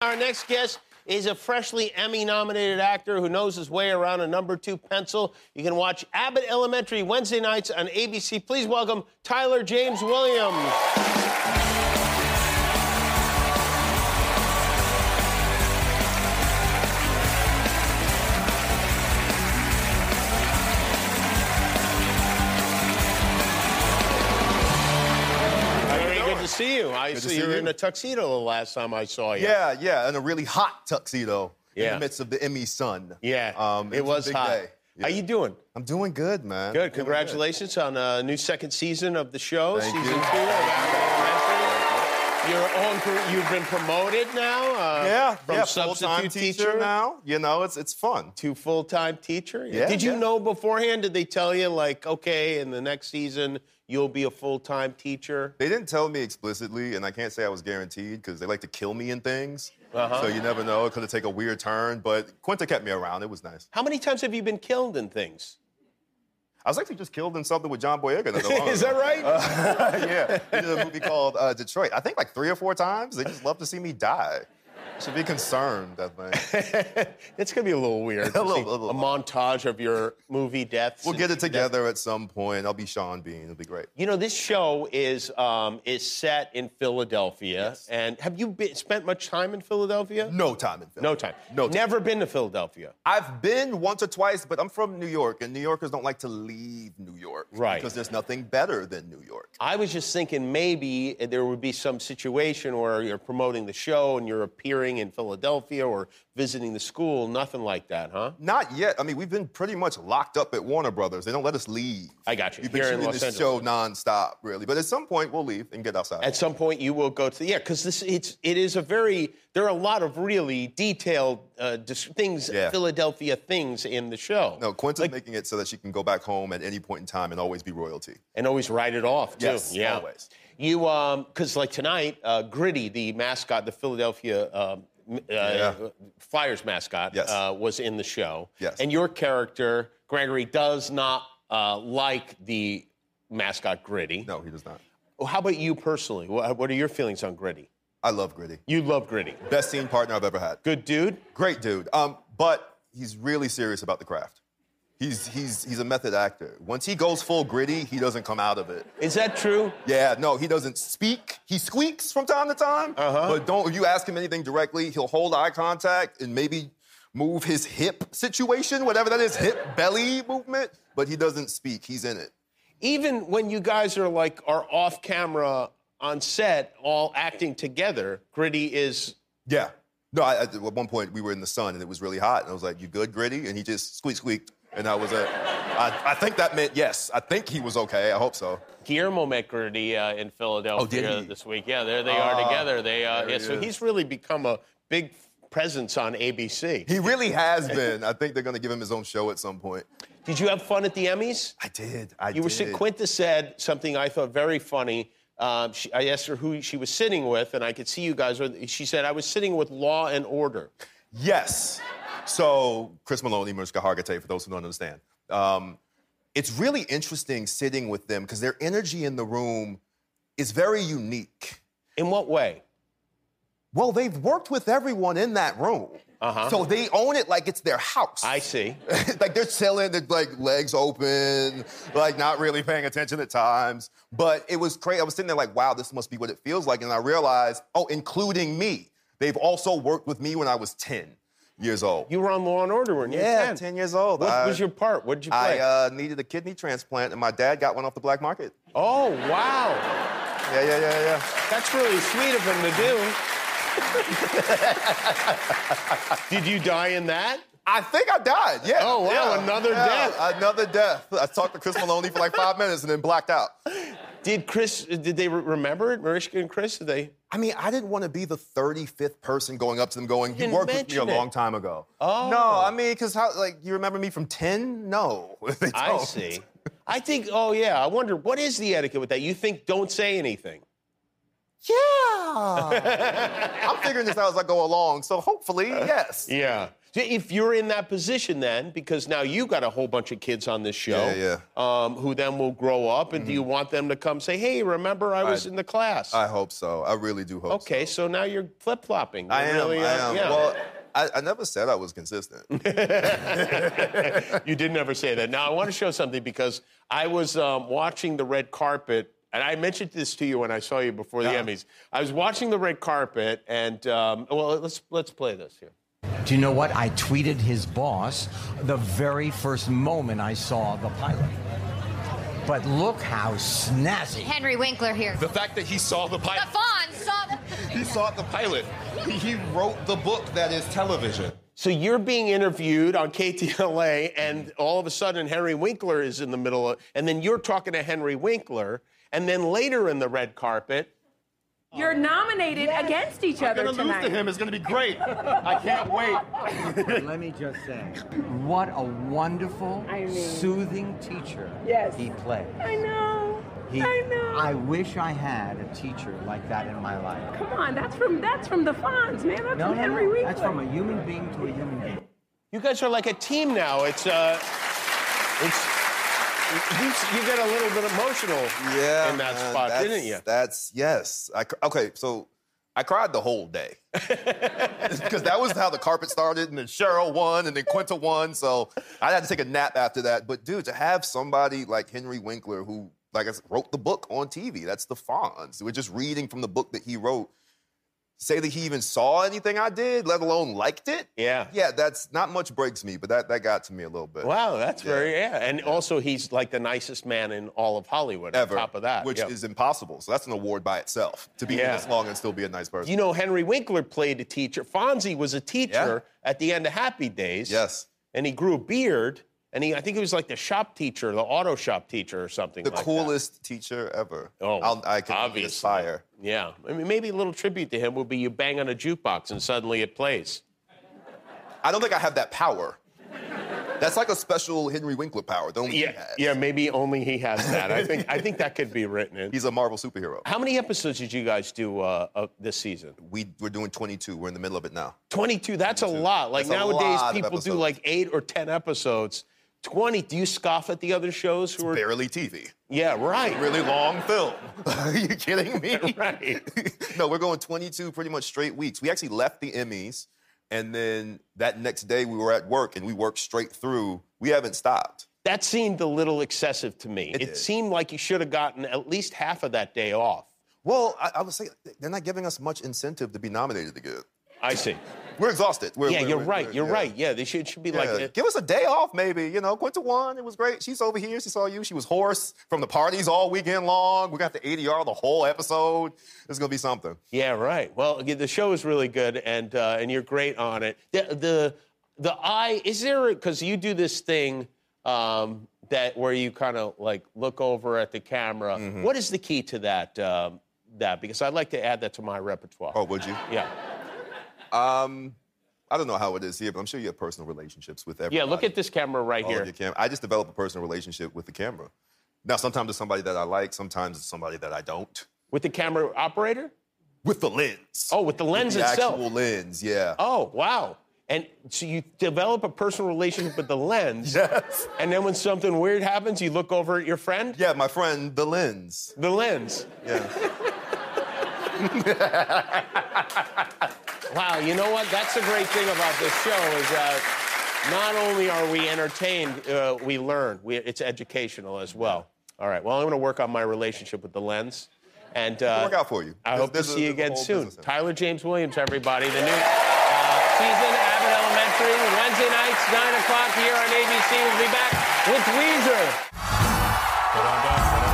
Our next guest is a freshly Emmy nominated actor who knows his way around a number two pencil. You can watch Abbott Elementary Wednesday nights on ABC. Please welcome Tyler James Williams. Very good to see you. I Good see to see you were you. in a tuxedo the last time I saw you. Yeah, yeah, and a really hot tuxedo in Yeah. the midst of the Emmy sun. Yeah. um, it, was, a big hot. Day. Yeah. How you doing? I'm doing good, man. Good. Doing Congratulations on a new second season of the show, Thank season you. two. Of Abbott Elementary. You're on. pro- You've been promoted now. Uh, Yeah, From yeah, full-time substitute teacher, now. You know, it's it's fun. to full-time teacher. Yeah, Did you yeah. know beforehand? Did they tell you like, okay, in the next season you'll be a full-time teacher? They didn't tell me explicitly, and I can't say I was guaranteed because they like to kill me in things. Uh-huh. So you never know; it could take a weird turn. But Quinta kept me around; it was nice. How many times have you been killed in things? I was actually just killed in something with John Boyega. not long Uh, Is ago. that right? yeah, we did a movie called uh, Detroit. I think like three or four times. They just love to see me die. Should be concerned, I think. It's gonna be a little weird. to A little- see a little. montage of your movie deaths. We'll and get it death- together at some point. I'll be Sean Bean. It'll be great. You know, this show is um, is set in Philadelphia, and have you been, spent much time in Philadelphia? No time in film. No time. No time. Never been to Philadelphia. I've been once or twice, but I'm from New York, and New Yorkers don't like to leave New York. Right. Because there's nothing better than New York. I was just thinking maybe there would be some situation where you're promoting the show and you're appearing in Philadelphia or visiting the school. Nothing like that, huh? Not yet. I mean, we've been pretty much locked up at Warner Brothers. They don't let us leave. I got you. We've been Here in shooting Los this Angeles. show nonstop, really. But at some point, we'll leave and get outside. At some point, you will go to the, yeah, because this it's it is a very there are a lot of really detailed uh, dis- things Yeah. Philadelphia things in the show. No, Quinta's making it so that she can go back home at any point in time and always be royalty. and always write it off too. Yes, yeah. always. You um, because like tonight, uh, Gritty, the mascot, the Philadelphia um, m- uh, Flyers mascot, Yes. uh, was in the show. Yes. And your character Gregory does not uh, like the mascot Gritty. No, he does not. How about you personally? What, what are your feelings on Gritty? I love Gritty. You love Gritty. Best scene partner I've ever had. Good dude. Great dude. Um, but he's really serious about the craft. He's he's he's a method actor. Once he goes full gritty, he doesn't come out of it. Is that true? Yeah, no, he doesn't speak. He squeaks from time to time. Uh-huh. But don't if you ask him anything directly, he'll hold eye contact and maybe move his hip situation, whatever that is, hip belly movement. But he doesn't speak. He's in it. Even when you guys are like are off camera on set, all acting together, Gritty is Yeah. No, I, I- at one point we were in the sun and it was really hot, and I was like, "You good, gritty?" And he just squeak squeaked, and I was at. I, I think that meant yes. I think he was okay. I hope so. Guillermo met Gritty uh, in Philadelphia Oh, did he? Ah, this week. Yeah, there they are together. They uh, yeah, he so is. he's really become a big presence on ABC. He really has been. I think they're gonna give him his own show at some point. Did you have fun at the Emmys? I did. I You were did. sit- Quinta said something I thought very funny. Um, she, I asked her who she was sitting with, and I could see you guys. With, she said I was sitting with Law and Order. Yes. So Chris Maloney, Mariska Hargitay, for those who don't understand, um, it's really interesting sitting with them because their energy in the room is very unique. In what way? Well, they've worked with everyone in that room. Uh-huh. So they own it like it's their house. I see. like they're selling their like legs open, like not really paying attention at times. But it was crazy. I was sitting there like, wow, this must be what it feels like. And I realized, oh, including me. They've also worked with me when I was 10 years old. You were on Law and Order when you were yeah, 10. 10 years old. What I, was your part? What did you I play? uh, needed a kidney transplant, and my dad got one off the black market. oh wow, Yeah, yeah, yeah, yeah. that's really sweet of him to do. Did you die in that? I think I died. Yeah. Oh, wow, Yeah. another Yeah, death. Another death. I talked to Chris Maloney for like five minutes and then blacked out. Did Chris? Did they re- remember it? Mariska and Chris? Did they? I mean, I didn't want to be the 35th person going up to them going, "You didn't worked with me a mention it. long time ago." Oh. No, I mean, because how? Like, you remember me from 10? No, they don't. I see. Oh. I think. Oh yeah. I wonder what is the etiquette with that. You think don't say anything. Yeah. I'm figuring this out as I go along. So hopefully, yes. Yeah. If you're in that position then, because now you got a whole bunch of kids on this show Yeah, Um, who then will grow up, and do you want them to come say, hey, remember I was in the class? I hope so. I really do hope so. okay, so now you're flip flopping. I am. Really, uh, I am. yeah. Well, I, I never said I was consistent. You did never say that. Now, I want to show something because I was um, watching the red carpet, and I mentioned this to you when I saw you before the Yeah. Emmys. I was watching the red carpet, and um, well, let's let's play this here. Do you know what? I tweeted his boss the very first moment I saw the pilot. But look how snazzy. Henry Winkler here. The fact that he saw the pilot. Stefan saw the. He saw the pilot. He, he wrote the book that is television. So you're being interviewed on KTLA, and all of a sudden Henry Winkler is in the middle of, and then you're talking to Henry Winkler, and then later in the red carpet, You're nominated against each I'm other gonna tonight. lose to him. It's gonna be great. I can't wait. Let me just say, what a wonderful, I mean- soothing teacher Yes. he played. I know. He, I know. I wish I had a teacher like that in my life. Come on, that's from that's from the Fonz, man. That's No, from no, Henry no. Winkler. That's from a human being to a human being. you guys are like a team now. It's uh, it's. You, you get a little bit emotional Yeah. in that man, spot, that's- didn't you? That's yes. I cr- okay, so I cried the whole day. Because that was how the carpet started, and then Cheryl won, and then Quinta won. So I had to take a nap after that. But dude, to have somebody like Henry Winkler who, like I s- wrote the book on TV, that's the Fonz. We're just reading from the book that he wrote. Say that he even saw anything I did, let alone liked it. Yeah. Yeah, that's not much breaks me, but that, that got to me a little bit. Wow, that's very yeah. And also, he's like the nicest man in all of Hollywood. Ever. On top of that, Which yeah. is impossible. So that's an award by itself to be Yeah. this long and still be a nice person. you know, Henry Winkler played a teacher. Fonzie was a teacher at the end of Happy Days. Yes. and he grew a beard, and he I think he was like the shop teacher, the auto shop teacher, or something. the like that. coolest teacher ever. Oh, I'll, I can obviously. aspire. Yeah, I mean, maybe a little tribute to him would be you bang on a jukebox and suddenly it plays. I don't think I have that power. That's like a special Henry Winkler power. Don't Yeah, yeah, maybe only he has that. I think I think that could be written in. He's a Marvel superhero. How many episodes did you guys do uh, of this season? We we're doing 22. We're in the middle of it now. 22 that's a lot like That's a nowadays lot of people do episodes. like eight or ten episodes 20 do you scoff at the other shows who are Barely TV. yeah right Really long film. Are you kidding me? right no, we're going 22 pretty much straight weeks. We actually left the Emmys, and then that next day we were at work and we worked straight through. We haven't stopped. that seemed a little excessive to me it, did. seemed like you should have gotten at least half of that day off Well, I, I would say they're not giving us much incentive to be nominated again. i see We're exhausted. We're- yeah we're- you're we're- right we're- you're yeah. right yeah they should, it should be like Yeah. uh, Give us a day off, maybe. You know, Quinta won. It was great. She's over here. She saw you. She was hoarse from the parties all weekend long. We got the ADR the whole episode. It's gonna be something. Yeah, right. Well, again, the show is really good, and uh, and you're great on it. The the, the eye is there because you do this thing um, that where you kind of like look over at the camera. Mm-hmm. What is the key to that? Um, that because I'd like to add that to my repertoire. Oh, would you? Yeah, Um, I don't know how it is here, but I'm sure you have personal relationships with everybody. yeah. Look at this camera right All of here. your cam- I just develop Oh, a personal relationship with the camera. Now, sometimes it's somebody that I like. Sometimes it's somebody that I don't. With the camera operator. With the lens. Oh, with the lens the itself. actual lens. Yeah. Oh, wow. And so you develop a personal relationship with the lens, Yes. and then when something weird happens, you look over at your friend, Yeah, my friend, the lens. the lens. Yeah. Wow, you know what? That's the great thing about this show is that not only are we entertained, uh, we learn. We, it's educational as well. All right. Well, I'm going to work on my relationship with the lens, and uh, work out for you. I hope to There's- there's a- see you again there's a whole soon. business in it. Tyler James Williams, everybody. The new uh, season, Abbott Elementary, Wednesday nights, nine o'clock here on ABC. We'll be back with Weezer.